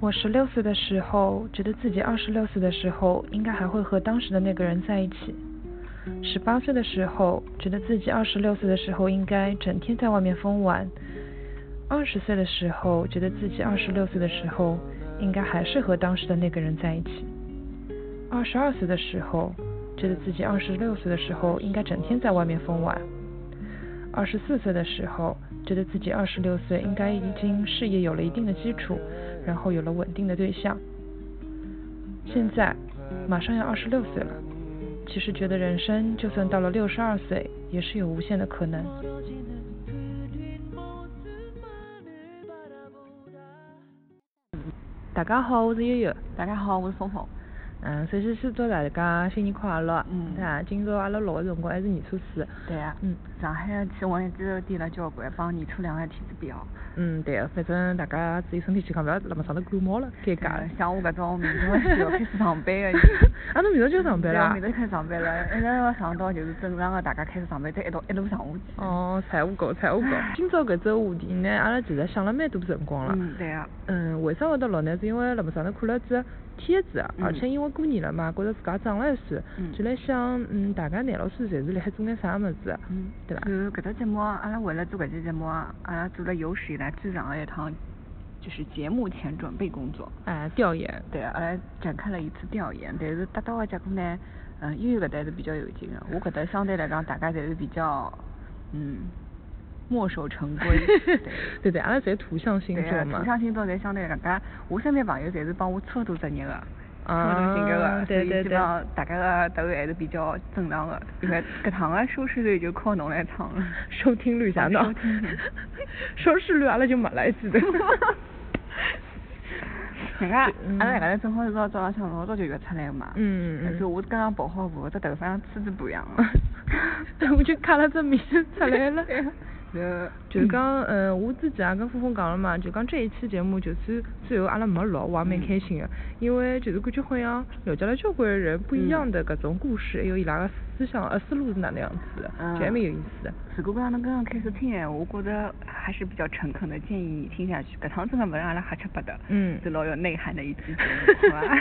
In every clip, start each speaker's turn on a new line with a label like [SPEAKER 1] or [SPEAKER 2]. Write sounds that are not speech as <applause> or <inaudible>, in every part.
[SPEAKER 1] 我十六岁的时候，觉得自己二十六岁的时候应该还会和当时的那个人在一起；十八岁的时候，觉得自己二十六岁的时候应该整天在外面疯玩；二十岁的时候，觉得自己二十六岁的时候应该还是和当时的那个人在一起；二十二岁的时候，觉得自己二十六岁的时候应该整天在外面疯玩；二十四岁的时候，觉得自己二十六岁应该已经事业有了一定的基础。然后有了稳定的对象，现在马上要二十六岁了。其实觉得人生就算到了六十二岁，也是有无限的可能。
[SPEAKER 2] 大家好，我是悠悠。
[SPEAKER 3] 大家好，我是峰峰。
[SPEAKER 2] 嗯，首先先祝大家新年快乐。
[SPEAKER 3] 嗯
[SPEAKER 2] 啊，今朝阿拉录的辰光还是年初四。
[SPEAKER 3] 对啊，
[SPEAKER 2] 嗯
[SPEAKER 3] 上海气温一直低了交关，帮年初两个天气比哦。
[SPEAKER 2] 嗯，对，反正大家注意身体健康，不要那么上头感冒了，尴尬了
[SPEAKER 3] 嗯。像我搿种明朝就要开始上班个
[SPEAKER 2] <laughs> ，啊，侬明朝就要上班啦
[SPEAKER 3] <laughs> 对啊明朝就开始上班了，一直要上到就是正常个，大家开始上班，再一道一路上下去。
[SPEAKER 2] 哦，财务狗，
[SPEAKER 3] <laughs>
[SPEAKER 2] 财务狗。今朝搿只话题呢，阿拉其实想了蛮多辰光了。
[SPEAKER 3] 嗯，对啊，
[SPEAKER 2] 嗯，为啥会得录呢？是因为辣么上头看了只帖子啊，
[SPEAKER 3] 嗯
[SPEAKER 2] 而且因为过年了嘛，觉着自家长了一岁
[SPEAKER 3] 嗯，
[SPEAKER 2] 就辣想，嗯，大家男老师侪是辣海做眼啥物事，
[SPEAKER 3] 嗯，
[SPEAKER 2] 对伐？
[SPEAKER 3] 就搿只节目，阿拉为了啊做搿期节目，阿拉做了有史以来最长的一趟，就是节目前准备工作。
[SPEAKER 2] 哎，调研。，
[SPEAKER 3] 对，阿拉展开了一次调研，但是得到的结果呢，嗯，悠悠搿搭还是比较有劲的，我搿搭相对来讲大家侪是比较，嗯，墨守成规
[SPEAKER 2] <laughs>
[SPEAKER 3] 对。
[SPEAKER 2] 对对，阿拉侪土象星
[SPEAKER 3] 对
[SPEAKER 2] 座
[SPEAKER 3] 啊，
[SPEAKER 2] 嘛
[SPEAKER 3] 土。象星座侪相对来讲，我身边朋友侪是帮我超度职业的，超度性格
[SPEAKER 2] 啊
[SPEAKER 3] 的，，所
[SPEAKER 2] 对
[SPEAKER 3] 以
[SPEAKER 2] 对
[SPEAKER 3] 基本
[SPEAKER 2] 对。
[SPEAKER 3] 上大家的答案还是比较正常的。因为搿趟的收视率就靠侬来唱了。 <laughs>
[SPEAKER 2] <laughs> 啊收听率啥呢
[SPEAKER 3] 收听
[SPEAKER 2] <laughs>
[SPEAKER 3] 率？
[SPEAKER 2] 收视率阿拉就没了， <laughs> 记得。
[SPEAKER 3] 人家
[SPEAKER 2] 嗯
[SPEAKER 3] 阿拉两个人正好是到早浪向老早就约出来嘛，
[SPEAKER 2] 嗯嗯
[SPEAKER 3] 但是
[SPEAKER 2] 嗯。
[SPEAKER 3] 我刚刚跑好步，这头发上吹子不一样
[SPEAKER 2] <laughs>
[SPEAKER 3] 了。
[SPEAKER 2] 我 <laughs> 就看了这名字出来了。
[SPEAKER 3] 呃，
[SPEAKER 2] <laughs> 就讲，嗯，我自己也跟峰峰讲了嘛，就讲这一期节目，就算最后阿拉没录，我也蛮开心的，因为就是感觉好像了解了交关人不一样的搿种故事，还有伊拉个思想呃思路是哪能样子的，
[SPEAKER 3] 嗯
[SPEAKER 2] 就还蛮有意思的。
[SPEAKER 3] 如果讲侬刚刚开始听闲话，我觉着还是比较诚恳的，建议你听下去。搿趟真的勿让阿拉瞎吃八搭，
[SPEAKER 2] 嗯
[SPEAKER 3] 是老有内涵的一期节目，好
[SPEAKER 2] <laughs>
[SPEAKER 3] 吧？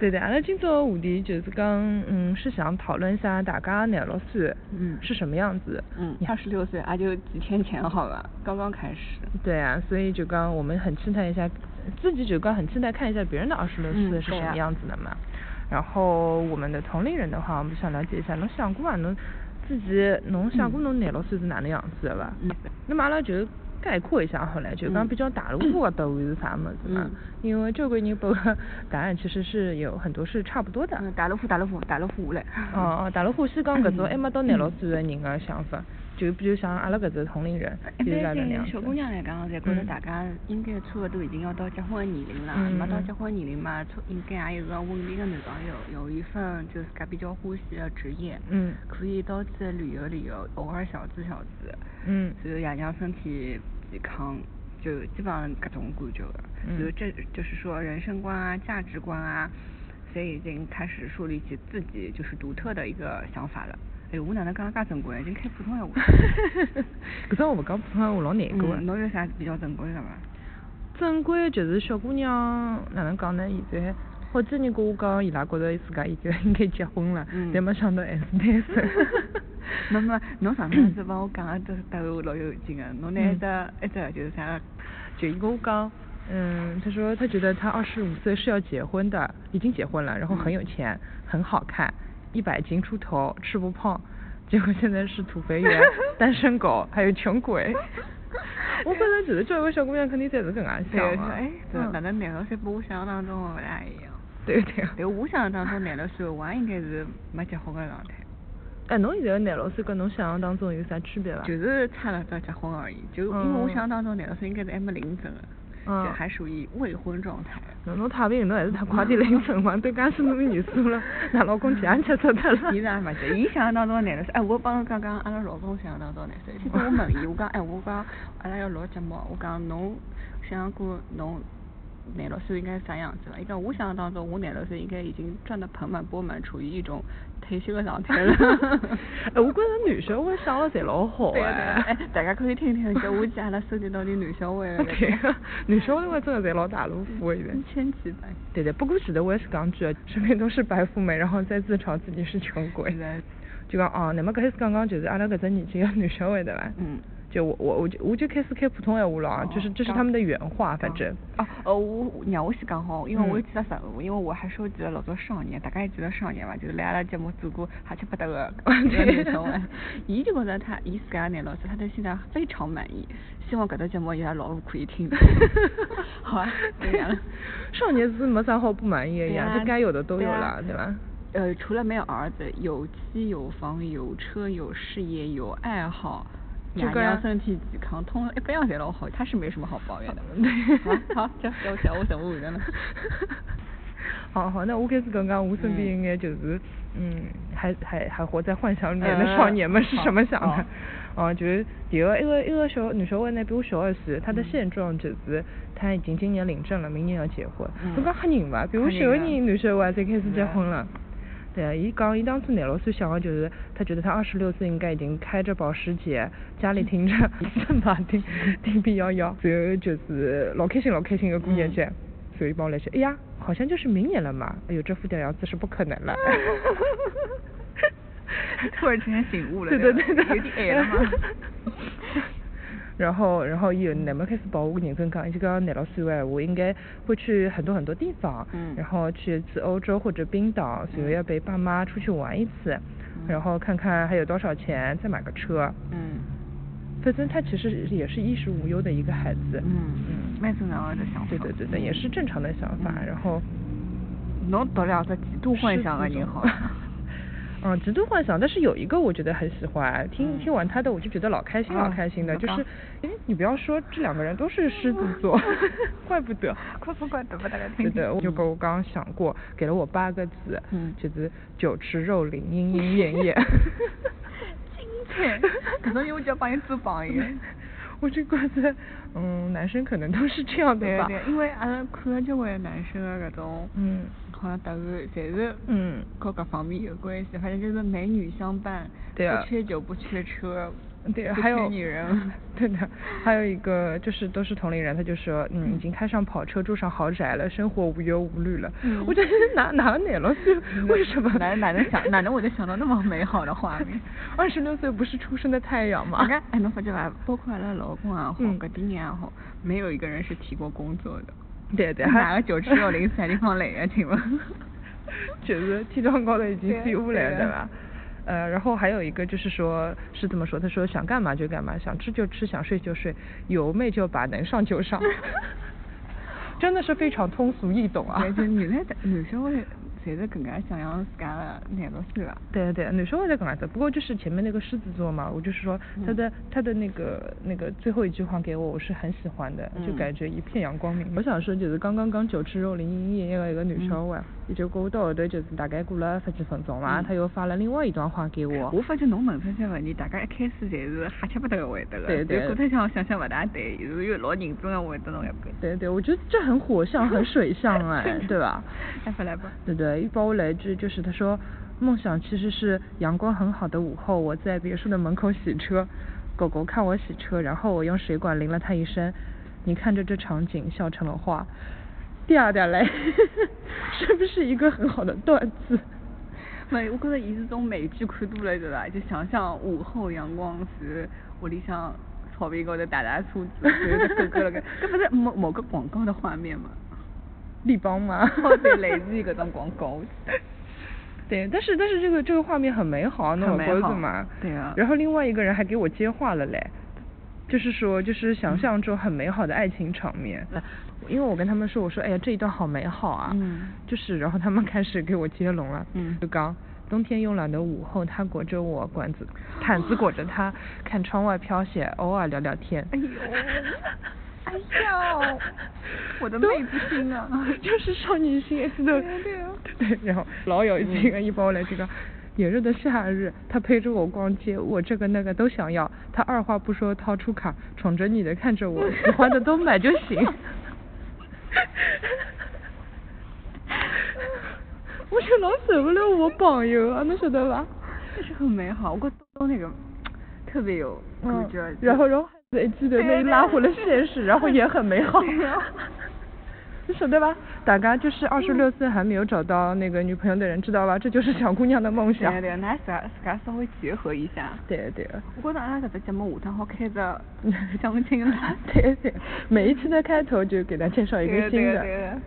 [SPEAKER 2] 对的，阿拉今朝的话题就是讲，嗯，是想讨论一下大家廿六岁
[SPEAKER 3] 嗯
[SPEAKER 2] 是什么样子。
[SPEAKER 3] 嗯
[SPEAKER 2] 你，还
[SPEAKER 3] 二十六岁，也就几天前好吧，刚刚开始。
[SPEAKER 2] 对啊，所以就讲我们很期待一下，自己就讲很期待看一下别人的二十六
[SPEAKER 3] 嗯
[SPEAKER 2] 岁是
[SPEAKER 3] 对
[SPEAKER 2] 什么
[SPEAKER 3] 啊
[SPEAKER 2] 样子的嘛。然后我们的同龄人的话，我们想了解一下，侬想过伐？侬自己侬想过侬廿六岁是哪能样子的伐？
[SPEAKER 3] 嗯
[SPEAKER 2] 那么阿拉就概括一下好了，就讲
[SPEAKER 3] 嗯
[SPEAKER 2] 比较大陆化的答案是啥么子嘛
[SPEAKER 3] 嗯？
[SPEAKER 2] 因为交关人拨个答案其实是有很多是差不多的。
[SPEAKER 3] 嗯，大老虎，大老虎，大老虎下来。
[SPEAKER 2] 哦哦，大陆欢喜
[SPEAKER 3] <laughs>
[SPEAKER 2] 讲搿种还没到廿六岁的人个想法，就比如像阿拉搿只同龄人，
[SPEAKER 3] 一
[SPEAKER 2] 就是阿
[SPEAKER 3] 般
[SPEAKER 2] 拉那样
[SPEAKER 3] 哎对小姑
[SPEAKER 2] 子。
[SPEAKER 3] 娘来讲，侪觉着
[SPEAKER 2] 嗯
[SPEAKER 3] 大家应该差勿多已经要到结婚的年龄了。
[SPEAKER 2] 嗯
[SPEAKER 3] 没到
[SPEAKER 2] 嗯
[SPEAKER 3] 结婚年龄嘛，出应该也有个稳定的男朋友，有一份就是自家比较欢喜的职业，
[SPEAKER 2] 嗯
[SPEAKER 3] 可以到处旅游旅游，偶尔小资小资，
[SPEAKER 2] 嗯
[SPEAKER 3] 然后爷娘身体健康，就基本上搿种感觉的。然后
[SPEAKER 2] 嗯
[SPEAKER 3] 这就是说人生观啊、价值观啊，侪已经开始树立起自己就是独特的一个想法了。哎呦，我哪能讲得介正规，已经开普通
[SPEAKER 2] <laughs>
[SPEAKER 3] 闲话了。
[SPEAKER 2] 搿种我讲普通话老难过
[SPEAKER 3] 嗯，
[SPEAKER 2] 的。
[SPEAKER 3] 侬有啥比较正规的伐？
[SPEAKER 2] 正规就是小姑娘哪能讲呢？现在好几人跟我讲，伊拉觉着自家现在应该结婚了，
[SPEAKER 3] 嗯
[SPEAKER 2] 但没想到还是单身。
[SPEAKER 3] <laughs> 那么侬上趟子帮我讲的都是答案老有劲个，侬拿一
[SPEAKER 2] 嗯
[SPEAKER 3] 只一只就是啥？
[SPEAKER 2] 就伊跟我讲，嗯，他说他觉得他二十五岁是要结婚的，已经结婚了，然后很有钱，很好看，一百斤出头，吃不胖，结果现在是土肥圆、单身狗，还有穷
[SPEAKER 3] <laughs>
[SPEAKER 2] 鬼。我本来觉得这位小姑娘肯定在是搿样
[SPEAKER 3] 对，
[SPEAKER 2] 想
[SPEAKER 3] 就
[SPEAKER 2] 嘛，
[SPEAKER 3] 哎，这
[SPEAKER 2] 嗯
[SPEAKER 3] 哪能廿六岁跟我想象当中的勿大一样？
[SPEAKER 2] 对对。
[SPEAKER 3] 对，我想象当中廿六岁我也应该是没结婚个状态，
[SPEAKER 2] 哎，侬现在廿六岁跟侬想象当中有啥区别伐？
[SPEAKER 3] 就是差了只结婚而已。就因为我想象当中廿六岁应该是还没领证个，
[SPEAKER 2] 嗯
[SPEAKER 3] 就还属于未婚状态。
[SPEAKER 2] 侬侬太平，侬还是太快点领证嘛，
[SPEAKER 3] <laughs>
[SPEAKER 2] 都介许多年数了，㑚老公前吃出脱了。
[SPEAKER 3] 伊是也勿急，伊想象当中廿六岁，哎，我帮侬讲讲阿拉老公想象当中廿岁。天天 <laughs> 我问伊，我讲，哎，我讲阿拉要录节目，我讲侬想过侬廿六岁应该是啥样子吧？应该我想象当中，我廿六岁应该已经赚得盆满钵满，处于一种退休的状态了。
[SPEAKER 2] 哎，我觉着男小孩想了侪老
[SPEAKER 3] <laughs>
[SPEAKER 2] 好
[SPEAKER 3] 对啊对啊，
[SPEAKER 2] 哎
[SPEAKER 3] 哎。，大家可以听听，就我姐阿拉收集到点男小 <laughs> 孩的搿
[SPEAKER 2] 对
[SPEAKER 3] 种
[SPEAKER 2] 个，男小孩真的侪老大陆富的现在。
[SPEAKER 3] 一千几百。
[SPEAKER 2] 对对，不过前头我也是讲句，身边都是白富美，然后再自嘲自己是穷鬼
[SPEAKER 3] 是的。
[SPEAKER 2] 就讲哦，那么搿开始讲讲就是阿拉搿只年纪个男小孩对伐？
[SPEAKER 3] 嗯。
[SPEAKER 2] 就我我我就我就开始开普通闲话了啊，就是
[SPEAKER 3] 哦
[SPEAKER 2] 这是
[SPEAKER 3] 讲
[SPEAKER 2] 他们的原话，反正。
[SPEAKER 3] 哦哦，我让我先讲好，因为
[SPEAKER 2] 嗯
[SPEAKER 3] 我也记得啥，因为我还收集了老多少年，大家还记得少年伐？就是来阿拉节目做过瞎七八搭 <laughs> 个搿个女小孩，啊伊就觉得他伊自家拿老师，他对现在非常满意，希望搿只节目伊拉老婆可以听 <laughs> 到。好啊，这样。
[SPEAKER 2] 少年是没啥好不满意的
[SPEAKER 3] 对
[SPEAKER 2] 呀，
[SPEAKER 3] 啊
[SPEAKER 2] 这该有的都有
[SPEAKER 3] 对啊
[SPEAKER 2] 了，对吧？
[SPEAKER 3] 呃，除了没有儿子，有妻有房有车有事业有爱好，
[SPEAKER 2] 这
[SPEAKER 3] 样
[SPEAKER 2] 个
[SPEAKER 3] 样身体健康，通了一哎般样侪老好，他是没什么好抱
[SPEAKER 2] <laughs>
[SPEAKER 3] 怨的。好，好，这这这我怎么回事呢？
[SPEAKER 2] 好好，那我开始讲讲我身边一眼就是，嗯，还还还活在幻想里面的
[SPEAKER 3] 嗯
[SPEAKER 2] 少年们是
[SPEAKER 3] 好
[SPEAKER 2] 什么想的
[SPEAKER 3] 好？
[SPEAKER 2] <laughs> 哦，就是第一个一个一个哎小女小孩呢比我小二岁，
[SPEAKER 3] 嗯
[SPEAKER 2] 她的现状就是她已经今年领证了，明年要结婚。
[SPEAKER 3] 嗯
[SPEAKER 2] 侬讲吓人伐？比我
[SPEAKER 3] 吓
[SPEAKER 2] 小个
[SPEAKER 3] 人啊
[SPEAKER 2] 人男小孩才开始
[SPEAKER 3] 是
[SPEAKER 2] 结
[SPEAKER 3] 啊
[SPEAKER 2] 婚了。对啊，伊讲伊当初廿六岁想的啊就是，他觉得他二十六岁应该已经开着保时捷，家里停着
[SPEAKER 3] 嗯
[SPEAKER 2] <laughs> 一辆马丁丁 B 幺幺，然后就是老开心老开心的过
[SPEAKER 3] 嗯
[SPEAKER 2] 年节，所以帮我来些，哎呀，好像就是明年了嘛，哎呦，这副屌样子是不可能了。
[SPEAKER 3] <laughs> 突然之间醒悟了，
[SPEAKER 2] 对
[SPEAKER 3] 吧
[SPEAKER 2] 对对，
[SPEAKER 3] 有点矮了嘛。
[SPEAKER 2] <laughs> 然后，然后伊有乃末开始帮我认真讲，伊就讲廿六岁的闲话，应该会去很多很多地方，
[SPEAKER 3] 嗯
[SPEAKER 2] 然后去一次欧洲或者冰岛，随后要陪爸妈出去玩一次，然后看看还有多少钱再买个车。
[SPEAKER 3] 嗯
[SPEAKER 2] 反正他其实也是衣食无忧的一个孩子，
[SPEAKER 3] 嗯，蛮正常的想法。
[SPEAKER 2] 对对对对，
[SPEAKER 3] 嗯
[SPEAKER 2] 也是正常的想法。
[SPEAKER 3] 嗯
[SPEAKER 2] 然后
[SPEAKER 3] 侬读了这极度幻想的人好了。
[SPEAKER 2] 嗯，极度幻想，但是有一个我觉得很喜欢，听、
[SPEAKER 3] 嗯
[SPEAKER 2] 听完他的我就觉得老开心老
[SPEAKER 3] 啊
[SPEAKER 2] 开心的，
[SPEAKER 3] 怎
[SPEAKER 2] 就
[SPEAKER 3] 么
[SPEAKER 2] 是，哎，你不要说这两个人都是狮子
[SPEAKER 3] 嗯 <laughs>
[SPEAKER 2] 座， <laughs> 怪不得。
[SPEAKER 3] 快快快，读给大家听
[SPEAKER 2] 对
[SPEAKER 3] 听。 <laughs>
[SPEAKER 2] 的，我就跟我刚刚想过，给了我八个字，
[SPEAKER 3] 嗯
[SPEAKER 2] 就是酒池肉林，莺莺燕
[SPEAKER 3] <laughs>
[SPEAKER 2] 燕。
[SPEAKER 3] 精彩，搿种人我就要帮你做榜样。
[SPEAKER 2] 我就觉得，嗯，男生可能都是这样的
[SPEAKER 3] 对
[SPEAKER 2] 吧。
[SPEAKER 3] 对，因为阿拉看了交关男生的搿种，
[SPEAKER 2] 嗯
[SPEAKER 3] 好像答案侪是
[SPEAKER 2] 嗯
[SPEAKER 3] 和搿方面有关系，反正就是美女相伴，
[SPEAKER 2] 对啊
[SPEAKER 3] 不缺酒，不缺车，
[SPEAKER 2] 对，啊
[SPEAKER 3] 不
[SPEAKER 2] 还有
[SPEAKER 3] 缺女人，
[SPEAKER 2] 对的，还有一个就是都是同龄人，他就说，嗯，已经开上跑车，住上豪宅了，生活无忧无虑了。
[SPEAKER 3] 嗯
[SPEAKER 2] 我觉得哪哪哪了是 <laughs> 为
[SPEAKER 3] <laughs>
[SPEAKER 2] 什么？
[SPEAKER 3] 哪哪能想哪能会得想到那么美好的画
[SPEAKER 2] <laughs>
[SPEAKER 3] 面？
[SPEAKER 2] 二十六岁不是出生的太阳吗？
[SPEAKER 3] 你看，哎，侬发觉伐？包括阿拉老公啊也好，
[SPEAKER 2] 嗯
[SPEAKER 3] 搿点人也好，没有一个人是提过工作的。
[SPEAKER 2] 对对，还
[SPEAKER 3] 哪个九吃肉零啥地方来的？啊请
[SPEAKER 2] <laughs>
[SPEAKER 3] 问？
[SPEAKER 2] 就是天窗高头已经
[SPEAKER 3] 对
[SPEAKER 2] 飞下来了，
[SPEAKER 3] 对
[SPEAKER 2] 对吧？呃，然后还有一个就是说，是这么说，他说想干嘛就干嘛，想吃就吃，想睡就睡，有妹就把，能上就上， <laughs> 真的是非常通俗易懂啊
[SPEAKER 3] 对，。就女的，男小孩侪是搿能介想象自家的廿六岁伐？
[SPEAKER 2] 对对，男生会在讲来着，不过就是前面那个狮子座嘛，我就是说
[SPEAKER 3] 嗯
[SPEAKER 2] 他的、他的那个那个最后一句话给我，我是很喜欢的，就
[SPEAKER 3] 嗯
[SPEAKER 2] 感觉一片阳光明媚。我想说就是刚刚讲九池肉林莺莺燕的一个女小孩，也就过到后头就是大概过了十几分钟嘛，
[SPEAKER 3] 嗯
[SPEAKER 2] 他又发了另外一段话给我，
[SPEAKER 3] 我发觉侬问出些问题，大家一开始侪是瞎七八搭个回答个，
[SPEAKER 2] 对对
[SPEAKER 3] 就过头想想想勿大对，是又老认真个回答侬一个。
[SPEAKER 2] 对对，我觉得这很火象，很
[SPEAKER 3] <laughs>
[SPEAKER 2] 水象哎，对吧？
[SPEAKER 3] 来吧来吧，
[SPEAKER 2] 对对，一包来一句就是他说，梦想其实是阳光很好的午后，我在别墅的门口洗车，狗狗看我洗车，然后我用水管淋了它一身，你看着这场景笑成了花。第二点来， <laughs> 是不是一个很好的段子？
[SPEAKER 3] 没，我觉着伊是种美剧看多了对伐？就想象午后阳光是屋里向草坪高头打打车子，随着狗狗
[SPEAKER 2] <laughs>
[SPEAKER 3] 了个，搿勿是某某个广告的画面吗？
[SPEAKER 2] 立邦吗？
[SPEAKER 3] 好像类似于搿种广告，我记得。
[SPEAKER 2] 对，但是但是这个这个画面很美好，啊那
[SPEAKER 3] 很
[SPEAKER 2] 我
[SPEAKER 3] 美
[SPEAKER 2] 鸽子
[SPEAKER 3] 好
[SPEAKER 2] 嘛。
[SPEAKER 3] 对啊
[SPEAKER 2] 然后另外一个人还给我接话了嘞，就是说就是想象中很美好的爱情场面。因为我跟他们说，我说哎呀这一段好美好啊，
[SPEAKER 3] 嗯
[SPEAKER 2] 就是然后他们开始给我接龙了，
[SPEAKER 3] 嗯
[SPEAKER 2] 就刚。冬天慵懒的午后，他裹着我，管子毯子裹
[SPEAKER 3] <laughs>
[SPEAKER 2] 着他，看窗外飘雪，偶尔聊聊天。
[SPEAKER 3] 哎
[SPEAKER 2] <laughs>
[SPEAKER 3] 呦，哎呦， <laughs> 我的妹子心啊！
[SPEAKER 2] <laughs> 就是少女心，记
[SPEAKER 3] 对
[SPEAKER 2] 得
[SPEAKER 3] 啊对嗯啊
[SPEAKER 2] 对，然后老有劲啊，一包来这个。炎热的夏日，他陪着我逛街，我这个那个都想要。他二话不说掏出卡，宠着你的看着我，喜欢的都买就行。 <laughs> 我就老受不了我朋友，啊，侬晓得伐？
[SPEAKER 3] 就是很美好，我觉得那个特别有感觉。
[SPEAKER 2] 嗯然后，然后还记得那拉回了现实，然后也很美
[SPEAKER 3] <laughs>
[SPEAKER 2] 好。你晓得吧？大家就是二十
[SPEAKER 3] 嗯
[SPEAKER 2] 六岁还没有找到那个女朋友的人，知道吧？这就是小姑娘的梦想。
[SPEAKER 3] 对对，那自家自家稍微结合一下。
[SPEAKER 2] 对 <laughs> 对。
[SPEAKER 3] 我觉得阿拉搿只节目下趟好开着 <laughs> 相亲啊了。
[SPEAKER 2] 对对，每一期的开头就给大家介绍一个新的。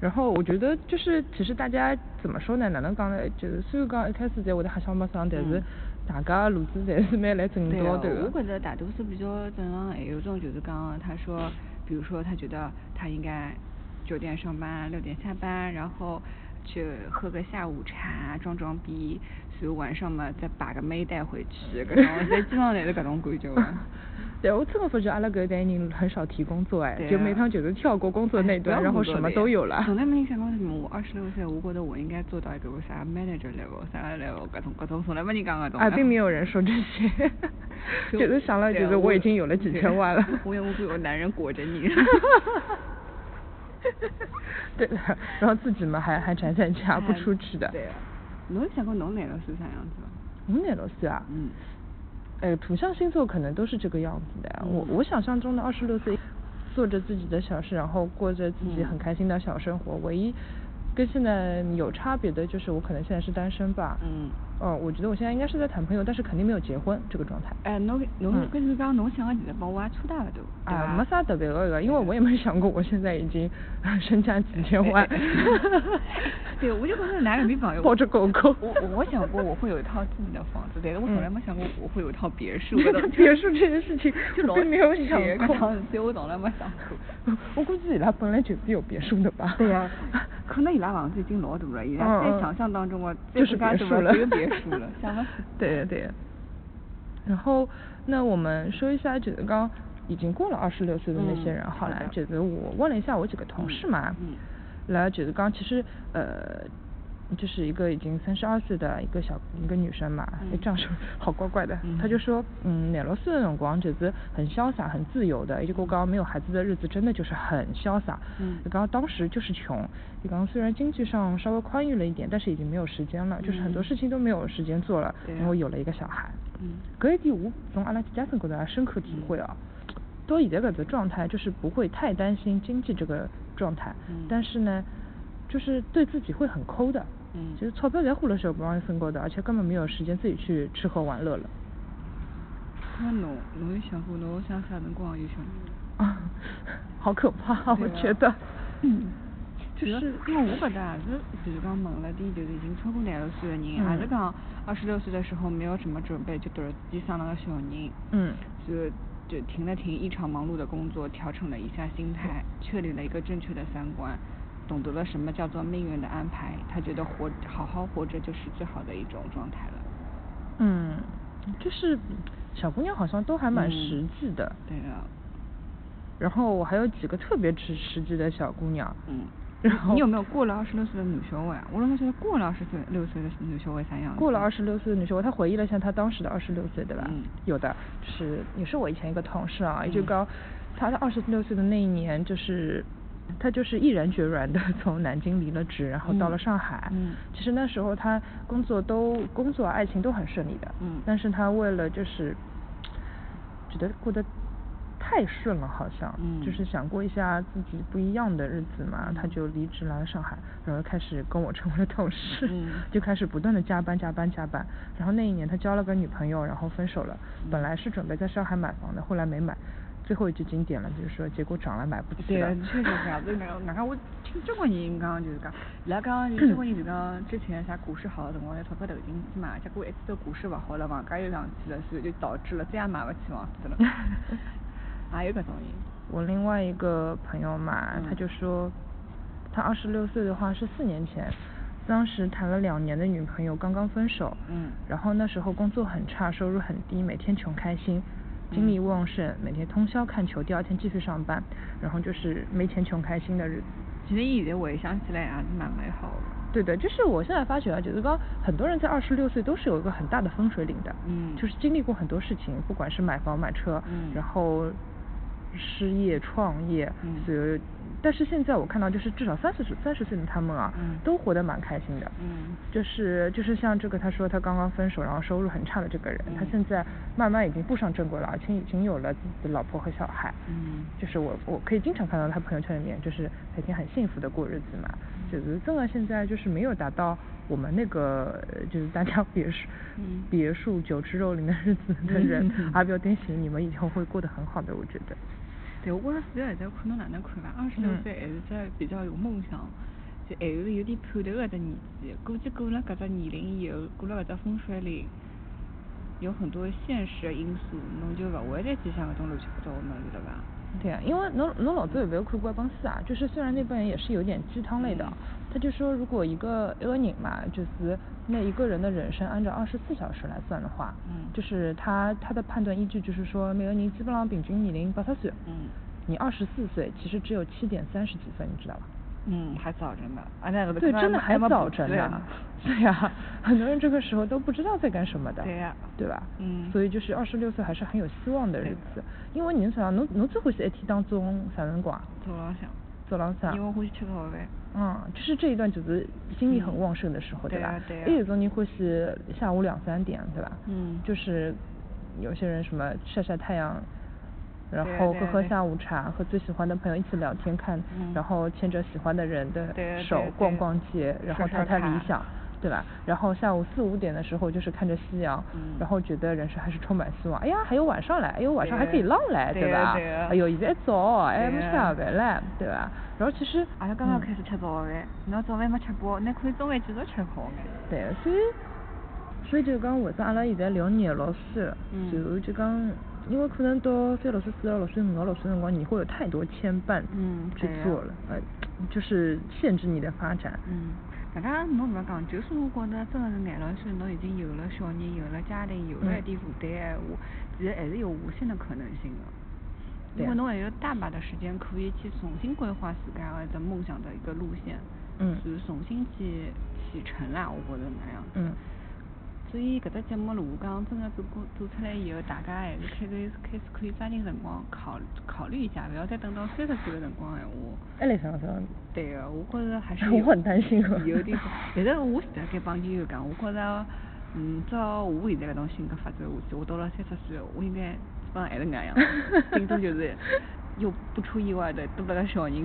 [SPEAKER 2] 然后我觉得就是，其实大家怎么说呢？哪能讲呢？就是虽然讲一开始在会得瞎想没想，但是
[SPEAKER 3] 嗯
[SPEAKER 2] 大家路子侪是蛮来正
[SPEAKER 3] 对
[SPEAKER 2] 道
[SPEAKER 3] 哦
[SPEAKER 2] 的。
[SPEAKER 3] 我觉得大多数比较正常的，还有种就是讲，啊他说，比如说他觉得他应该九点上班，六点下班，然后去喝个下午茶，装装逼，所以晚上嘛再把个妹带回去，搿种，侪基本上侪是搿种感觉的。
[SPEAKER 2] 对，我真的发觉阿拉搿一代人很少提工作哎
[SPEAKER 3] 对，
[SPEAKER 2] 就
[SPEAKER 3] 啊
[SPEAKER 2] 每趟就是跳过工作那
[SPEAKER 3] 哎
[SPEAKER 2] 一
[SPEAKER 3] 不
[SPEAKER 2] 段，
[SPEAKER 3] 要
[SPEAKER 2] 然后
[SPEAKER 3] 工
[SPEAKER 2] 什
[SPEAKER 3] 作
[SPEAKER 2] 么
[SPEAKER 3] 的
[SPEAKER 2] 都
[SPEAKER 3] 呀
[SPEAKER 2] 有了。
[SPEAKER 3] 从来没想过，我二十六岁，我觉得我应该做到一个啥 manager level、啥 level 各种各种，从来没人讲搿种。
[SPEAKER 2] 啊，并没有人说这些，
[SPEAKER 3] <laughs> 就
[SPEAKER 2] 就是想了，
[SPEAKER 3] 对啊
[SPEAKER 2] 觉得我已经有了几千万了。
[SPEAKER 3] <laughs> 无缘无故有男人裹着你。
[SPEAKER 2] <laughs> 对的，然后自己嘛还还宅在家不出
[SPEAKER 3] <laughs>
[SPEAKER 2] 去的。
[SPEAKER 3] 对啊，侬想过侬难道是啥样子吗？
[SPEAKER 2] 我哪都是啊，
[SPEAKER 3] 嗯，
[SPEAKER 2] 呃，土象星座可能都是这个样子的。我
[SPEAKER 3] 嗯
[SPEAKER 2] 我想象中的二十六岁，做着自己的小事，然后过着自己
[SPEAKER 3] 嗯
[SPEAKER 2] 很开心的小生活。唯一跟现在有差别的就是我可能现在是单身吧。
[SPEAKER 3] 嗯。
[SPEAKER 2] 哦，我觉得我现在应该是在谈朋友，但是肯定没有结婚这个状态。
[SPEAKER 3] 哎，侬侬
[SPEAKER 2] 嗯
[SPEAKER 3] 跟你讲，侬想个其实帮我也差大勿多，对
[SPEAKER 2] 啊，
[SPEAKER 3] 伐。
[SPEAKER 2] 没啥特别的个，因为我也没想过我现在已经 <laughs> 身价几千 <laughs> 万
[SPEAKER 3] <laughs> 对，我就觉得男人没朋友。
[SPEAKER 2] 抱着狗狗
[SPEAKER 3] 我
[SPEAKER 2] <laughs>
[SPEAKER 3] 我我想过我会有一套自己的房子，但是我从来没想过我会有一套别墅。
[SPEAKER 2] 嗯 <laughs> 别墅这件事情
[SPEAKER 3] 就老
[SPEAKER 2] 我并没有想
[SPEAKER 3] 对
[SPEAKER 2] 过
[SPEAKER 3] 搿桩事体我从来没想过。
[SPEAKER 2] <laughs> 我估计伊拉本来就是有别墅的吧？
[SPEAKER 3] <laughs> 对啊呀、可能伊拉房子已经老大了，伊拉
[SPEAKER 2] 啊嗯
[SPEAKER 3] 在
[SPEAKER 2] 嗯
[SPEAKER 3] 想象当中啊，
[SPEAKER 2] <laughs> 就
[SPEAKER 3] 再
[SPEAKER 2] 是
[SPEAKER 3] 更加大
[SPEAKER 2] 别墅
[SPEAKER 3] 了
[SPEAKER 2] 了
[SPEAKER 3] 只有别墅
[SPEAKER 2] <laughs>
[SPEAKER 3] 了，嗯想不起。
[SPEAKER 2] 对呀对呀。然后，那我们说一下，就是刚已经过了二十六岁的那些人，
[SPEAKER 3] 嗯
[SPEAKER 2] 好了
[SPEAKER 3] 好的，
[SPEAKER 2] 就是我问了一下我几个同事嘛，
[SPEAKER 3] 嗯嗯
[SPEAKER 2] 然后就是刚其实呃。就是一个已经三十二岁的一个小一个女生嘛，哎
[SPEAKER 3] 嗯
[SPEAKER 2] 这
[SPEAKER 3] <laughs>
[SPEAKER 2] 样说好怪怪的。
[SPEAKER 3] 嗯
[SPEAKER 2] 她就说，嗯，廿六岁的辰光就是很潇洒、很自由的，也就跟我刚刚没有孩子的日子，真的就是很潇洒。
[SPEAKER 3] 嗯
[SPEAKER 2] 刚刚当时就是穷，你刚刚虽然经济上稍微宽裕了一点，但是已经没有时间了，就是很多
[SPEAKER 3] 嗯
[SPEAKER 2] 事情都没有时间做了，
[SPEAKER 3] 对
[SPEAKER 2] 然后有了一个小孩。
[SPEAKER 3] 嗯
[SPEAKER 2] 搿一点我从阿拉家庭高头也深刻体会啊。到现在搿只状态，就是不会太担心经济这个状态，
[SPEAKER 3] 嗯
[SPEAKER 2] 但是呢，就是对自己会很抠的。
[SPEAKER 3] 嗯
[SPEAKER 2] 就是钞票侪花了小朋友身高头，而且根本没有时间自己去吃喝玩乐了。 <laughs>
[SPEAKER 3] 那侬侬有想过侬想啥辰光有小人？
[SPEAKER 2] 啊，好可怕，我
[SPEAKER 3] 对啊
[SPEAKER 2] 觉得。
[SPEAKER 3] 嗯，
[SPEAKER 2] 就
[SPEAKER 3] 就是是因为我觉得也是，就是讲问了点，就是已经超过廿六岁的人，也是
[SPEAKER 2] 嗯
[SPEAKER 3] 讲二十六岁的时候没有什么准备，就突然之间生了个小人，
[SPEAKER 2] 嗯
[SPEAKER 3] 就就停了停异常忙碌的工作，调整了一下心态，确立了一个正确的三观，懂得了什么叫做命运的安排，他觉得活好好活着就是最好的一种状态了。
[SPEAKER 2] 嗯，就是小姑娘好像都还蛮
[SPEAKER 3] 嗯
[SPEAKER 2] 实际的。
[SPEAKER 3] 对啊，
[SPEAKER 2] 然后我还有几个特别实实际的小姑娘，
[SPEAKER 3] 嗯。
[SPEAKER 2] 然后
[SPEAKER 3] 你有没有过了二十六岁的女小伟啊？我老想觉得过了二十岁六岁的女小伟啥样子？
[SPEAKER 2] 过了二十六岁的女生，我她回忆了一下她当时的二十六岁，对吧？
[SPEAKER 3] 嗯
[SPEAKER 2] 有的，就是也是我以前一个同事啊，也就
[SPEAKER 3] 嗯
[SPEAKER 2] 刚她的二十六岁的那一年，就是她就是毅然决然的 <laughs> 从南京离了职，然后到了
[SPEAKER 3] 嗯
[SPEAKER 2] 上海。
[SPEAKER 3] 嗯
[SPEAKER 2] 其实那时候她工作都工作啊爱情都很顺利的，
[SPEAKER 3] 嗯
[SPEAKER 2] 但是她为了就是觉得过得。太顺了，好像，
[SPEAKER 3] 嗯
[SPEAKER 2] 就是想过一下自己不一样的日子嘛，她
[SPEAKER 3] 嗯
[SPEAKER 2] 就离职来了上海，然后开始跟我成为了同事，
[SPEAKER 3] 嗯
[SPEAKER 2] 就开始不断的加班加班加班，然后那一年他交了个女朋友，然后分手了。本
[SPEAKER 3] 嗯
[SPEAKER 2] 来是准备在上海买房的，后来没买。最后一句经典了，就是说结果涨了买不起
[SPEAKER 3] 对
[SPEAKER 2] 了
[SPEAKER 3] 啊，。确实 <laughs> 是这样子。那个，外加我听交关人讲就是讲，伊拉讲交关人就讲之前啥股市好的辰光拿钞票投进去嘛，结果一记头股市勿好了，房价又上去了，所以就导致了再也买勿起房 <laughs> 子了。也有搿种人。
[SPEAKER 2] 我另外一个朋友嘛，他
[SPEAKER 3] 嗯
[SPEAKER 2] 就说，他二十六岁的话是四年前，当时谈了两年的女朋友刚刚分手，
[SPEAKER 3] 嗯
[SPEAKER 2] 然后那时候工作很差，收入很低，每天穷开心，精力
[SPEAKER 3] 嗯
[SPEAKER 2] 旺盛，每天通宵看球，第二天继续上班，然后就是没钱穷开心的日子。
[SPEAKER 3] 其实现在回想起来也啊是蛮美好的。
[SPEAKER 2] 对的，就是我现在发觉啊，就是刚很多人在二十六岁都是有一个很大的分水岭的，
[SPEAKER 3] 嗯
[SPEAKER 2] 就是经历过很多事情，不管是买房买车，
[SPEAKER 3] 嗯
[SPEAKER 2] 然后失业、创业，
[SPEAKER 3] 嗯
[SPEAKER 2] 所以但是现在我看到就是至少三十岁、三十岁的他们啊，
[SPEAKER 3] 嗯
[SPEAKER 2] 都活得蛮开心的。
[SPEAKER 3] 嗯
[SPEAKER 2] 就是就是像这个，他说他刚刚分手，然后收入很差的这个人，他
[SPEAKER 3] 嗯
[SPEAKER 2] 现在慢慢已经步上正轨了，而且已经有了自己的老婆和小孩。
[SPEAKER 3] 嗯
[SPEAKER 2] 就是我我可以经常看到他朋友圈里面，就是他已经很幸福的过日子嘛。
[SPEAKER 3] 嗯
[SPEAKER 2] 就是这个现在就是没有达到我们那个呃就是大家别墅、
[SPEAKER 3] 嗯
[SPEAKER 2] 别墅酒池肉林的日子的人，啊还不要担心，你们以后会过得很好的，我觉得。
[SPEAKER 3] 对，我觉着现在还在困难哪能看伐？二十六
[SPEAKER 2] 嗯
[SPEAKER 3] 岁还是只比较有梦想，就还是有点盼头搿只年纪。估计过了搿只年龄以后，过了搿只风水岭，有很多现实的因素，侬就勿会再去想搿种乱七八糟的物事了伐？
[SPEAKER 2] 对啊，因为侬侬老早有没有看过一本书啊？就是虽然那本也是有点鸡汤嗯类的，
[SPEAKER 3] 嗯
[SPEAKER 2] 他就说如果一个一个人嘛，就是那一个人的人生按照二十四小时来算的话，
[SPEAKER 3] 嗯
[SPEAKER 2] 就是他他的判断依据就是说每个人基本上平均年龄八十岁，
[SPEAKER 3] 嗯
[SPEAKER 2] 你二十四岁其实只有七点三十几分，你知道吧？
[SPEAKER 3] 嗯，还早着呢。啊，那个啊
[SPEAKER 2] 对，真的还早着
[SPEAKER 3] 呢
[SPEAKER 2] 呢。。 <laughs> 对呀、很多人这个时候都不知道在干什么的。
[SPEAKER 3] 对呀
[SPEAKER 2] 对吧？
[SPEAKER 3] 嗯
[SPEAKER 2] 所以就是二十六岁还是很有希望的
[SPEAKER 3] 对
[SPEAKER 2] 日
[SPEAKER 3] 的
[SPEAKER 2] 子，因为你想啊想，侬侬最欢喜一天当中啥辰光啊？
[SPEAKER 3] 早浪向，
[SPEAKER 2] 早浪向
[SPEAKER 3] 因为。欢喜吃早饭。
[SPEAKER 2] 嗯，就是这一段就是精力很
[SPEAKER 3] 嗯
[SPEAKER 2] 旺盛的时候，
[SPEAKER 3] 对
[SPEAKER 2] 吧
[SPEAKER 3] 啊对？啊
[SPEAKER 2] 也有种人欢喜下午两三点，对吧？
[SPEAKER 3] 嗯
[SPEAKER 2] 就是有些人什么晒晒太阳，然
[SPEAKER 3] 对啊
[SPEAKER 2] 后
[SPEAKER 3] 对
[SPEAKER 2] 喝
[SPEAKER 3] 啊
[SPEAKER 2] 喝
[SPEAKER 3] 对
[SPEAKER 2] 下午茶，和最喜欢的朋友一起聊天看，
[SPEAKER 3] 嗯
[SPEAKER 2] 然后牵着喜欢的人的
[SPEAKER 3] 对啊对
[SPEAKER 2] 手
[SPEAKER 3] 啊对
[SPEAKER 2] 逛
[SPEAKER 3] 啊
[SPEAKER 2] 逛街，然后
[SPEAKER 3] 刷刷
[SPEAKER 2] 谈谈理
[SPEAKER 3] 卡
[SPEAKER 2] 想。对吧？然后下午四五点的时候，就是看着夕阳，
[SPEAKER 3] 嗯
[SPEAKER 2] 然后觉得人生还是充满希望。哎呀，还有晚上来，哎呦，晚上还可以
[SPEAKER 3] 对啊
[SPEAKER 2] 浪来，
[SPEAKER 3] 对啊
[SPEAKER 2] 吧？
[SPEAKER 3] 对啊
[SPEAKER 2] 哎呦，现在早，哎，没
[SPEAKER 3] 对啊
[SPEAKER 2] 下班了，对吧？然后其实，
[SPEAKER 3] 阿啊拉刚刚
[SPEAKER 2] 嗯
[SPEAKER 3] 开始吃早饭，侬早饭没吃饱，那可以中饭继续吃好眼。
[SPEAKER 2] 对，所以所以就讲为啥阿拉现在聊廿六岁了，
[SPEAKER 3] 嗯
[SPEAKER 2] 然后就讲，因为可能到三六岁、四六岁、五六岁辰光，你会有太多牵绊
[SPEAKER 3] 嗯
[SPEAKER 2] 去
[SPEAKER 3] 对呀
[SPEAKER 2] 做了，呃，就是限制你的发展。
[SPEAKER 3] 嗯，搿能介侬搿能讲，就算我觉着真的是廿六岁，侬已经有了小人，有了家庭，有了一
[SPEAKER 2] 嗯
[SPEAKER 3] 点负担的闲话，其实还是有无限的可能性的。
[SPEAKER 2] 对
[SPEAKER 3] 因为
[SPEAKER 2] 啊
[SPEAKER 3] 侬还有大把的时间可以去重新规划自家的一只梦想的一个路线，
[SPEAKER 2] 嗯
[SPEAKER 3] 就是重新去启程啦，我觉着那样子。
[SPEAKER 2] 嗯，
[SPEAKER 3] 所以搿只节目如果讲真的做过做出来以后，大家还是开始开始可以抓紧辰光考考虑一下，勿要再等到三十岁的辰光闲话。
[SPEAKER 2] 哎，来想想，
[SPEAKER 3] 对个，我觉着还是
[SPEAKER 2] <laughs> 我
[SPEAKER 3] 有
[SPEAKER 2] 很担心哦
[SPEAKER 3] 有点，但是我现在跟朋友讲，我觉着，嗯，照我现在搿种性格发展下去，我到了三十岁，我应该基本上还是那样，啊顶多
[SPEAKER 2] <laughs>
[SPEAKER 3] 就是又不出意外的多了个小人。
[SPEAKER 2] <laughs>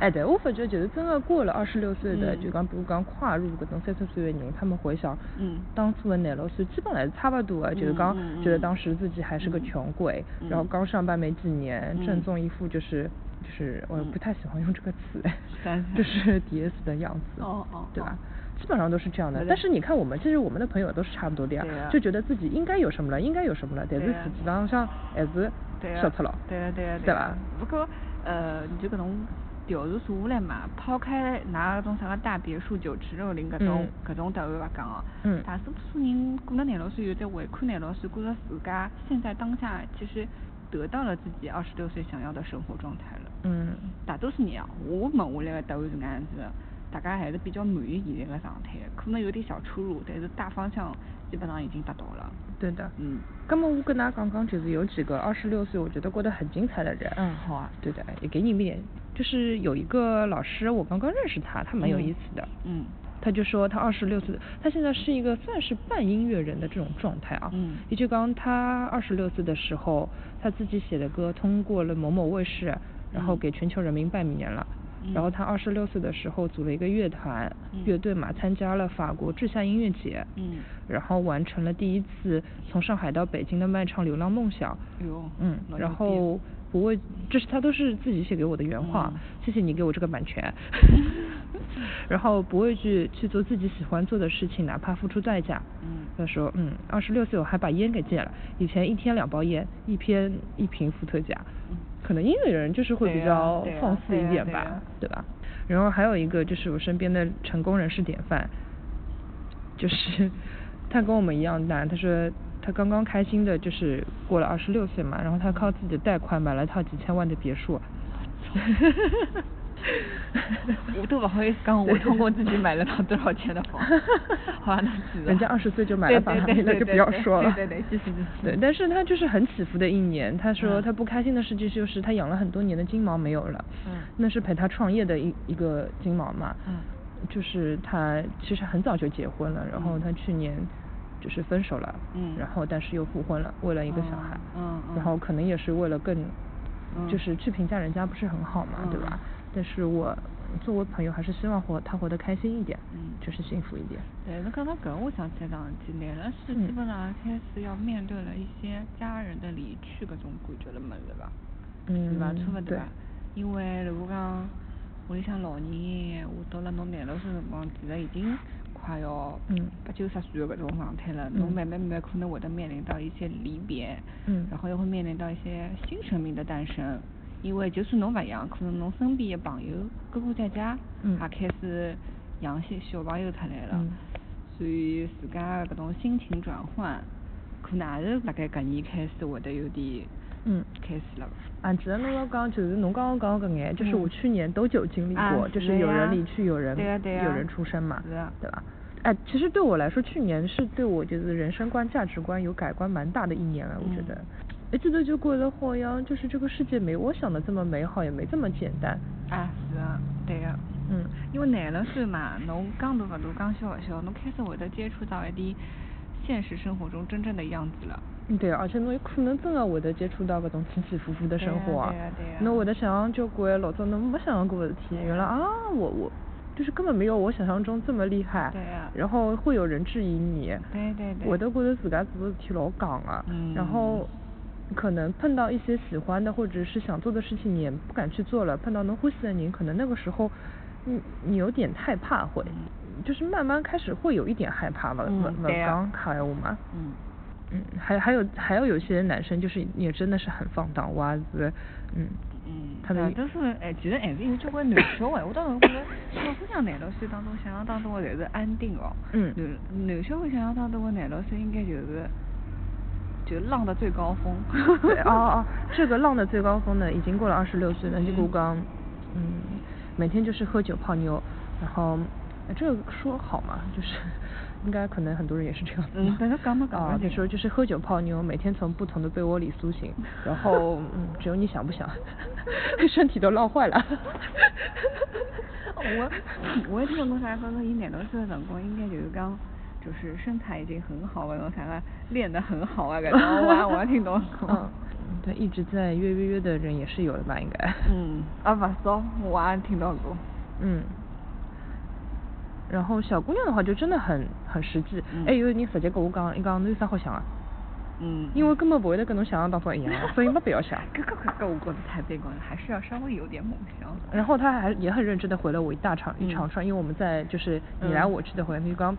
[SPEAKER 2] 哎，对，我发觉就是真的过了二十六岁的，
[SPEAKER 3] 嗯
[SPEAKER 2] 就讲比如讲跨入搿种三十岁的人，他们回想，
[SPEAKER 3] 嗯
[SPEAKER 2] 当初的廿六岁基本还是差不多的，啊就是
[SPEAKER 3] 嗯
[SPEAKER 2] 讲
[SPEAKER 3] 嗯
[SPEAKER 2] 觉得
[SPEAKER 3] 嗯
[SPEAKER 2] 当时自己还是个
[SPEAKER 3] 嗯
[SPEAKER 2] 穷鬼，然后
[SPEAKER 3] 嗯
[SPEAKER 2] 刚上班没几年，正
[SPEAKER 3] 嗯
[SPEAKER 2] 宗一副就是就是我不
[SPEAKER 3] 嗯
[SPEAKER 2] 太喜欢用这个
[SPEAKER 3] <laughs>
[SPEAKER 2] 词，
[SPEAKER 3] 啥意思
[SPEAKER 2] 就是 DS 的样子，
[SPEAKER 3] 哦哦
[SPEAKER 2] 对吧
[SPEAKER 3] 哦？
[SPEAKER 2] 基本上都是这样的
[SPEAKER 3] 对，的
[SPEAKER 2] 但是你看我们，其实我们的朋友都是差不多的呀
[SPEAKER 3] 对，啊
[SPEAKER 2] 就觉得自己应该有什么了，应该有什么了，但是
[SPEAKER 3] 对啊
[SPEAKER 2] 实际上像还是
[SPEAKER 3] 对啊
[SPEAKER 2] 小
[SPEAKER 3] 个
[SPEAKER 2] 赤佬，
[SPEAKER 3] 对个对个
[SPEAKER 2] 对
[SPEAKER 3] 个
[SPEAKER 2] 吧？。
[SPEAKER 3] 不过，呃，你就搿种调查做下来嘛，抛开拿搿种啥个大别墅、酒池肉林搿种搿种答案勿讲哦
[SPEAKER 2] 嗯，
[SPEAKER 3] 大多数人过了廿六岁以后再回看廿六岁，觉着自家现在当下其实得到了自己二十六岁想要的生活状态了。
[SPEAKER 2] 嗯，
[SPEAKER 3] 大多数人啊，我问下来个答案是搿样子的，大家还是比较满意现在个状态，可能有点小出入，但是大方向基本上已经达到了。
[SPEAKER 2] 对的。
[SPEAKER 3] 嗯。
[SPEAKER 2] 那么我跟大家讲讲，就是有几个二十六岁我觉得过得很精彩的人。
[SPEAKER 3] 嗯好啊
[SPEAKER 2] 对的，也给你们点。就是有一个老师，我刚刚认识他，他蛮有
[SPEAKER 3] 嗯
[SPEAKER 2] 意思的。
[SPEAKER 3] 嗯
[SPEAKER 2] 他就说他二十六岁，他现在是一个算是半音乐人的这种状态啊。
[SPEAKER 3] 嗯
[SPEAKER 2] 也就刚他二十六岁的时候，他自己写的歌通过了某某卫视，然后
[SPEAKER 3] 嗯
[SPEAKER 2] 给全球人民拜年了。然后
[SPEAKER 3] 嗯
[SPEAKER 2] 他二十六岁的时候组了一个乐团、
[SPEAKER 3] 嗯
[SPEAKER 2] 乐队嘛，参加了法国志向音乐节。
[SPEAKER 3] 嗯
[SPEAKER 2] 然后完成了第一次从上海到北京的漫长流浪梦想。
[SPEAKER 3] 哎呦
[SPEAKER 2] 嗯
[SPEAKER 3] 老，
[SPEAKER 2] 然
[SPEAKER 3] 牛逼
[SPEAKER 2] 后不为，这是他都是自己写给我的原话，
[SPEAKER 3] 嗯
[SPEAKER 2] 谢谢你给我这个版
[SPEAKER 3] <laughs>
[SPEAKER 2] 权。然后不畏惧去做自己喜欢做的事情，哪怕付出代价。
[SPEAKER 3] 嗯
[SPEAKER 2] 他说，嗯，二十六岁我还把烟给戒了，以前一天两包烟，一天一瓶伏特加。
[SPEAKER 3] 嗯
[SPEAKER 2] 可能音乐人就是会
[SPEAKER 3] 对
[SPEAKER 2] 比
[SPEAKER 3] 呀
[SPEAKER 2] 较
[SPEAKER 3] 对呀
[SPEAKER 2] 放肆
[SPEAKER 3] 对
[SPEAKER 2] 一
[SPEAKER 3] 呀对
[SPEAKER 2] 点
[SPEAKER 3] 啊
[SPEAKER 2] 吧，
[SPEAKER 3] 呀
[SPEAKER 2] 对吧？然后还有一个就是我身边的成功人士典范，就是他跟我们一样大，他说他刚刚开心的就是过了二十六岁嘛，然后他靠自己的贷款买了套几千万的别墅， <laughs>
[SPEAKER 3] 我都不好意思讲，我通过自己买了趟多少钱的房，好像能记得。
[SPEAKER 2] 人家20岁就买了房
[SPEAKER 3] 对对对
[SPEAKER 2] <laughs> 那就不要说了
[SPEAKER 3] 对对对，对对对继续继
[SPEAKER 2] 对
[SPEAKER 3] 续。，
[SPEAKER 2] 但是他就是很起伏的一年。他说
[SPEAKER 3] 嗯
[SPEAKER 2] 他不开心的事情就是他养了很多年的金毛没有了，
[SPEAKER 3] 嗯
[SPEAKER 2] 那是陪他创业的一一个金毛嘛，
[SPEAKER 3] 嗯
[SPEAKER 2] 就是他其实很早就结婚了，然后
[SPEAKER 3] 嗯
[SPEAKER 2] 他去年就是分手了，
[SPEAKER 3] 嗯
[SPEAKER 2] 然后但是又复婚了，为了一个小孩，
[SPEAKER 3] 嗯嗯嗯
[SPEAKER 2] 然后可能也是为了更，
[SPEAKER 3] 嗯
[SPEAKER 2] 就是去评价人家不是很好嘛，对吧
[SPEAKER 3] 嗯？
[SPEAKER 2] 但是我作为朋友还是希望活他活得开心一点，
[SPEAKER 3] 嗯
[SPEAKER 2] 就是幸福一点，
[SPEAKER 3] 对，那讲到搿，我想起一桩事体，男人是
[SPEAKER 2] 嗯
[SPEAKER 3] 基本上开始要面对了一些家人的离去搿种感觉了么子吧，对伐？差勿
[SPEAKER 2] 嗯
[SPEAKER 3] 多
[SPEAKER 2] 对
[SPEAKER 3] 伐？因为如果讲屋里向老人，我到了侬廿六岁辰光，其实已经快要
[SPEAKER 2] 嗯
[SPEAKER 3] 八九十岁的搿种状态了，侬
[SPEAKER 2] 嗯
[SPEAKER 3] 慢慢慢慢可能会得面临到一些离别，
[SPEAKER 2] 嗯
[SPEAKER 3] 然后又会面临到一些新生命的诞生。因为就算侬勿养，可能侬身边的朋友哥哥姐姐
[SPEAKER 2] 嗯
[SPEAKER 3] 也开始养些小朋友出来了，
[SPEAKER 2] 嗯
[SPEAKER 3] 所以自家搿种心情转换，可能也是辣盖搿年开始会得有点
[SPEAKER 2] 嗯
[SPEAKER 3] 开始了。
[SPEAKER 2] 啊，其实侬要讲，就是侬刚刚讲的搿眼，就是我
[SPEAKER 3] 嗯
[SPEAKER 2] 去年都有经历
[SPEAKER 3] 啊
[SPEAKER 2] 过，就是是
[SPEAKER 3] 的
[SPEAKER 2] 有
[SPEAKER 3] 呀
[SPEAKER 2] 人离去，有人
[SPEAKER 3] 对呀对呀
[SPEAKER 2] 有人出生嘛
[SPEAKER 3] 是的，
[SPEAKER 2] 对吧？哎，其实对我来说，去年是对我就是人生观、价值观有改观蛮大的一年啊了，我觉
[SPEAKER 3] 嗯
[SPEAKER 2] 得。一记头就觉得好像就是这个世界没我想的这么美好，也没这么简单。
[SPEAKER 3] 啊，是的，对个、
[SPEAKER 2] 嗯
[SPEAKER 3] 因为廿六岁嘛，侬刚大勿大，刚小勿小，侬开始会得接触到一点现实生活中真正的样子了。
[SPEAKER 2] 嗯对，而且侬有可能真的会得接触到搿种起起伏伏的
[SPEAKER 3] 对
[SPEAKER 2] 生
[SPEAKER 3] 呀
[SPEAKER 2] 活
[SPEAKER 3] 对呀对呀啊
[SPEAKER 2] 侬会得想象交关老早侬没想象过的事体，原来啊，我我就是根本没有我想象中这么厉害。
[SPEAKER 3] 对呀
[SPEAKER 2] 然后会有人质疑你。
[SPEAKER 3] 对对对
[SPEAKER 2] 会得觉得自家做的事体老戆啊，
[SPEAKER 3] 嗯
[SPEAKER 2] 然后可能碰到一些喜欢的或者是想做的事情，你也不敢去做了。碰到侬欢喜的人，可能那个时候你你有点害怕会，就是慢慢开始会有一点害怕吧，
[SPEAKER 3] 嗯
[SPEAKER 2] 勿勿
[SPEAKER 3] 对呀
[SPEAKER 2] 讲还有嘛。
[SPEAKER 3] 嗯，
[SPEAKER 2] 嗯，还还有还有有些男生就是也真的是很放荡哇子，嗯，
[SPEAKER 3] 嗯，
[SPEAKER 2] 他的
[SPEAKER 3] 大多数人哎，其实还是有交关男小孩。我当时觉着，小姑娘廿六岁当中，想象当中的侪是安定哦。
[SPEAKER 2] 嗯
[SPEAKER 3] 男男小孩想象当中的廿六岁，应该就是就浪的最高峰。
[SPEAKER 2] 对哦哦，这个浪的最高峰呢，已经过了二十六岁了，结果刚，嗯，每天就是喝酒泡妞，然后，呃这个说好嘛，就是 <laughs> 应该可能很多人也是这样子
[SPEAKER 3] 嗯
[SPEAKER 2] 嘛。
[SPEAKER 3] 但是讲嘛讲嘛
[SPEAKER 2] <laughs> 啊，
[SPEAKER 3] 这
[SPEAKER 2] 就
[SPEAKER 3] 个
[SPEAKER 2] 说就是喝酒泡妞，每天从不同的被窝里苏醒，然后嗯，只有你想不想， <laughs> 身体都浪坏了。
[SPEAKER 3] <laughs> 我我也听说过啥说说伊廿多岁的辰光，应该就是讲，就是身材已经很好了，侬啥个练得很好啊，搿种我也我也听到
[SPEAKER 2] 嗯
[SPEAKER 3] 过。，
[SPEAKER 2] 对，一直在约约约的人也是有的吧，应该。
[SPEAKER 3] <laughs> 嗯，啊勿少，我也听到过。
[SPEAKER 2] <laughs> 嗯。然后小姑娘的话就真的很很实际，哎、
[SPEAKER 3] 嗯
[SPEAKER 2] 有人直接跟我讲，伊讲侬有啥好想啊？
[SPEAKER 3] 嗯，
[SPEAKER 2] 因为根本不会得跟侬想象当中一样啊，所以没必要想。
[SPEAKER 3] 搿个搿个我觉得太悲观了，还是要稍微有点梦想。
[SPEAKER 2] 然后他还也很认真的回了我一大长一
[SPEAKER 3] 嗯
[SPEAKER 2] 长串，因为我们在就是
[SPEAKER 3] 嗯
[SPEAKER 2] 你来我去的回，你刚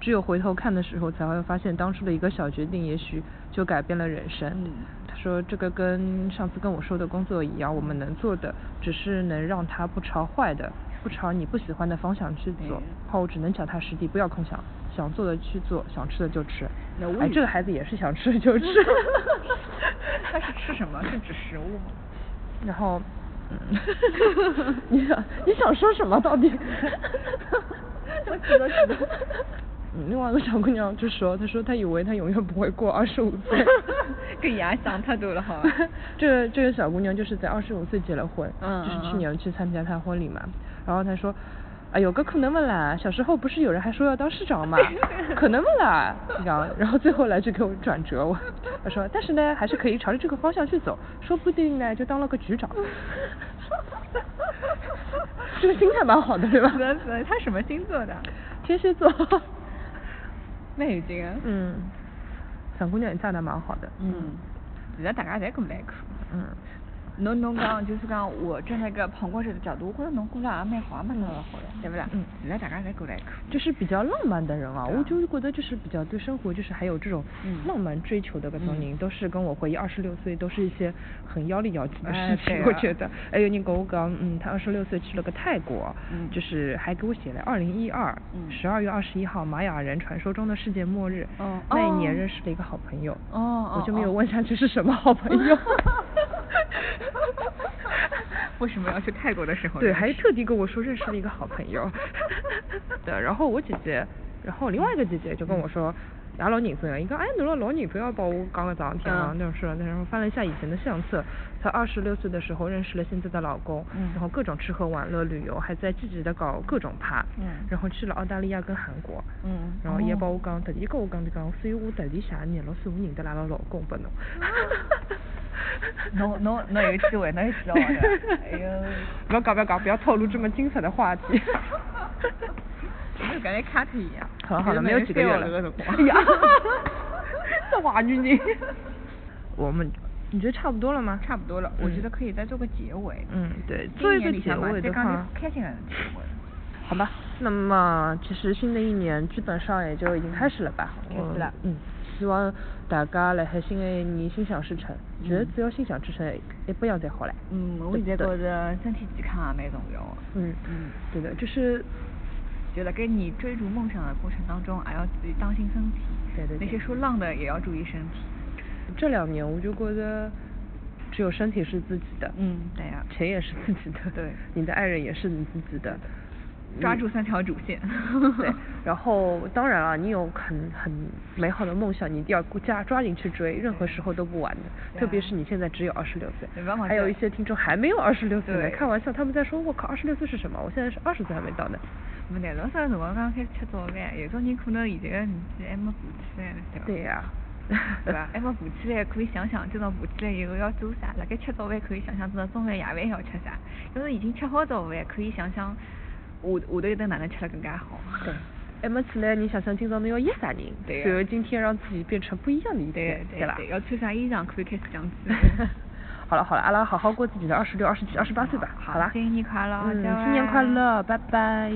[SPEAKER 2] 只有回头看的时候才会发现当初的一个小决定，也许就改变了人生。
[SPEAKER 3] 嗯
[SPEAKER 2] 他说这个跟上次跟我说的工作一样，我们能做的只是能让它不朝坏的，不朝你不喜欢的方向去
[SPEAKER 3] 对
[SPEAKER 2] 走，然后只能脚踏实地，不要空想，想做的去做，想吃的就吃
[SPEAKER 3] 那。我
[SPEAKER 2] 哎，
[SPEAKER 3] 以
[SPEAKER 2] 这个孩子也是想吃的就吃。
[SPEAKER 3] <laughs> 他是吃什么？是指食物吗？
[SPEAKER 2] 然后，嗯你想你想说什么到底？
[SPEAKER 3] 我知道知道
[SPEAKER 2] <laughs> 嗯另外一个小姑娘就说，她说她以为她永远不会过二十五岁。
[SPEAKER 3] 搿爷想太多了好
[SPEAKER 2] <laughs>
[SPEAKER 3] 伐？
[SPEAKER 2] 这个这个小姑娘就是在二十五岁结了婚，
[SPEAKER 3] 嗯
[SPEAKER 2] 就是
[SPEAKER 3] 嗯
[SPEAKER 2] 去
[SPEAKER 3] 嗯
[SPEAKER 2] 年去参加她婚礼嘛。然后她说，哎有个可能不啦？小时候不是有人还说要当市
[SPEAKER 3] <laughs>
[SPEAKER 2] 长嘛，可能不啦？然后然后最后来就给我转折我，她说，但是呢还是可以朝着这个方向去走，说不定呢就当了个局长。 <laughs> 这个心态蛮好的，
[SPEAKER 3] <laughs>
[SPEAKER 2] 对吧？
[SPEAKER 3] 是的是的，他什么星座的？
[SPEAKER 2] 天蝎座， <laughs>
[SPEAKER 3] 那已经啊。
[SPEAKER 2] 嗯，小姑娘也嫁得蛮好的，
[SPEAKER 3] 嗯，其实大家侪搿么来看。
[SPEAKER 2] 嗯。
[SPEAKER 3] 侬侬讲就是讲，我站在一个旁观者的角度，我觉着侬过得也蛮好，也蛮老好的，对不啦？
[SPEAKER 2] 嗯
[SPEAKER 3] 现在大家侪过来看。
[SPEAKER 2] 就是比较浪漫的人啊，
[SPEAKER 3] 对啊
[SPEAKER 2] 我就是觉得就是比较对生活就是还有这种
[SPEAKER 3] 嗯
[SPEAKER 2] 浪漫追求的搿种人，
[SPEAKER 3] 嗯
[SPEAKER 2] 都是跟我回忆二十六岁都是一些很妖里妖气的
[SPEAKER 3] 哎
[SPEAKER 2] 事情，
[SPEAKER 3] 对
[SPEAKER 2] <laughs> 我
[SPEAKER 3] 啊
[SPEAKER 2] 觉得。哎有人跟我讲，嗯，他二十六岁去了个泰国，
[SPEAKER 3] 嗯
[SPEAKER 2] 就是还给我写了二零一二
[SPEAKER 3] 嗯
[SPEAKER 2] 十二月二十一号玛雅人传说中的世界末日，
[SPEAKER 3] 哦
[SPEAKER 2] 那一年
[SPEAKER 3] 哦
[SPEAKER 2] 认识了一个好朋友，
[SPEAKER 3] 哦哦
[SPEAKER 2] 我就没
[SPEAKER 3] 哦
[SPEAKER 2] <laughs> 有问下去是什么好朋友。
[SPEAKER 3] <laughs> 为什么要去泰国的时候认识？
[SPEAKER 2] 对，还特地跟我说认识了一个好朋友。 <laughs> 对，然后我姐姐，然后另外一个姐姐就
[SPEAKER 3] 嗯
[SPEAKER 2] 跟我说，也老认真了，伊讲哎，侬拉老认真要帮我讲个桩事体啊，
[SPEAKER 3] 嗯
[SPEAKER 2] 那种事。然后翻了一下以前的相册，她二十六岁的时候认识了现在的老公，
[SPEAKER 3] 嗯
[SPEAKER 2] 然后各种吃喝玩乐、旅游，还在积极的搞各种趴，
[SPEAKER 3] 嗯
[SPEAKER 2] 然后去了澳大利亚跟韩国，
[SPEAKER 3] 嗯
[SPEAKER 2] 然后伊
[SPEAKER 3] 哦
[SPEAKER 2] 帮我讲，特地跟我讲就讲，所以我特地写廿六岁我认得拉拉老公拨
[SPEAKER 3] <laughs>
[SPEAKER 2] <laughs> 侬。
[SPEAKER 3] 侬侬侬有机会，侬有
[SPEAKER 2] 啊
[SPEAKER 3] 机会 <laughs> 的。哎呦，
[SPEAKER 2] 不要搞，不要搞，不要透露这么精彩的话题。 <laughs>
[SPEAKER 3] 我就感觉卡特一样。
[SPEAKER 2] 好了好了没有几个月了
[SPEAKER 3] 哎呀， <laughs>
[SPEAKER 2] <laughs>
[SPEAKER 3] 这坏女人。
[SPEAKER 2] 我们你觉得差不多了吗？
[SPEAKER 3] 差不多了，我觉得
[SPEAKER 2] 嗯
[SPEAKER 3] 可以再做个结尾。
[SPEAKER 2] 嗯对
[SPEAKER 3] 今
[SPEAKER 2] 做一
[SPEAKER 3] 年
[SPEAKER 2] 个
[SPEAKER 3] 里向
[SPEAKER 2] 结
[SPEAKER 3] 嘛
[SPEAKER 2] 尾
[SPEAKER 3] 再
[SPEAKER 2] 的
[SPEAKER 3] 讲点
[SPEAKER 2] 话
[SPEAKER 3] 开心的结尾。
[SPEAKER 2] 好吧，那么其实新的一年基本上也就已经开始了吧？
[SPEAKER 3] 开始
[SPEAKER 2] 我
[SPEAKER 3] 了
[SPEAKER 2] 嗯，希望大家辣海新的一年心想事成，觉得只要心想事成，一不样才好嘞。
[SPEAKER 3] 嗯，我
[SPEAKER 2] 对
[SPEAKER 3] 现
[SPEAKER 2] 不
[SPEAKER 3] 在
[SPEAKER 2] 对
[SPEAKER 3] 觉着身体健康也蛮重要的。
[SPEAKER 2] 嗯
[SPEAKER 3] 嗯，
[SPEAKER 2] 对的，就是
[SPEAKER 3] 就辣盖你追逐梦想的过程当中，还要自己当心身体。
[SPEAKER 2] 对对对
[SPEAKER 3] 那些说浪的也要注意身体。
[SPEAKER 2] 这两年我就觉得，只有身体是自己的，
[SPEAKER 3] 嗯，对呀、
[SPEAKER 2] 钱也是自己的，
[SPEAKER 3] 对
[SPEAKER 2] 你的爱人也是你自己的，
[SPEAKER 3] 抓
[SPEAKER 2] 嗯
[SPEAKER 3] 住三条主线。 <laughs>
[SPEAKER 2] 对，然后当然啊了，你有很很美好的梦想，你一定要抓抓紧去追，任何时候都不晚的。
[SPEAKER 3] 对
[SPEAKER 2] 特别是
[SPEAKER 3] 啊
[SPEAKER 2] 你现在只有二十六岁
[SPEAKER 3] 没办，法
[SPEAKER 2] 还有
[SPEAKER 3] 对
[SPEAKER 2] 一些听众还没有二十六岁呢，
[SPEAKER 3] 对
[SPEAKER 2] 开玩笑，他们在说我靠，二十六岁是什么？我现在是二十岁还没到呢。
[SPEAKER 3] 没难道啥辰光刚开始吃早饭？有种人可能现在个年纪还没爬起来呢，对吧？啊
[SPEAKER 2] 对呀、
[SPEAKER 3] <laughs>
[SPEAKER 2] <laughs>
[SPEAKER 3] 对哎伐？还没爬起来，可以想想今朝爬起来以后要做啥。辣盖吃早饭可以想想今朝中饭、夜饭要吃啥。要是已经吃好早饭，可以想想下下头一顿哪能吃得更加好。
[SPEAKER 2] 对。还没起来，你想想今早侬要约啥人？
[SPEAKER 3] 对
[SPEAKER 2] 然后
[SPEAKER 3] 呀
[SPEAKER 2] 今天让自己变成不一样的
[SPEAKER 3] <laughs>
[SPEAKER 2] 一
[SPEAKER 3] 对
[SPEAKER 2] 天，
[SPEAKER 3] 对
[SPEAKER 2] 啦？
[SPEAKER 3] 对，要穿啥衣裳可以开始想起 <laughs>
[SPEAKER 2] <laughs> 好了好了，阿拉好好过自己的二十六、二十七、二十八岁吧。
[SPEAKER 3] 好
[SPEAKER 2] 啦，
[SPEAKER 3] 新年快乐
[SPEAKER 2] 嗯，
[SPEAKER 3] 加
[SPEAKER 2] 新年快
[SPEAKER 3] 油
[SPEAKER 2] 乐，拜拜。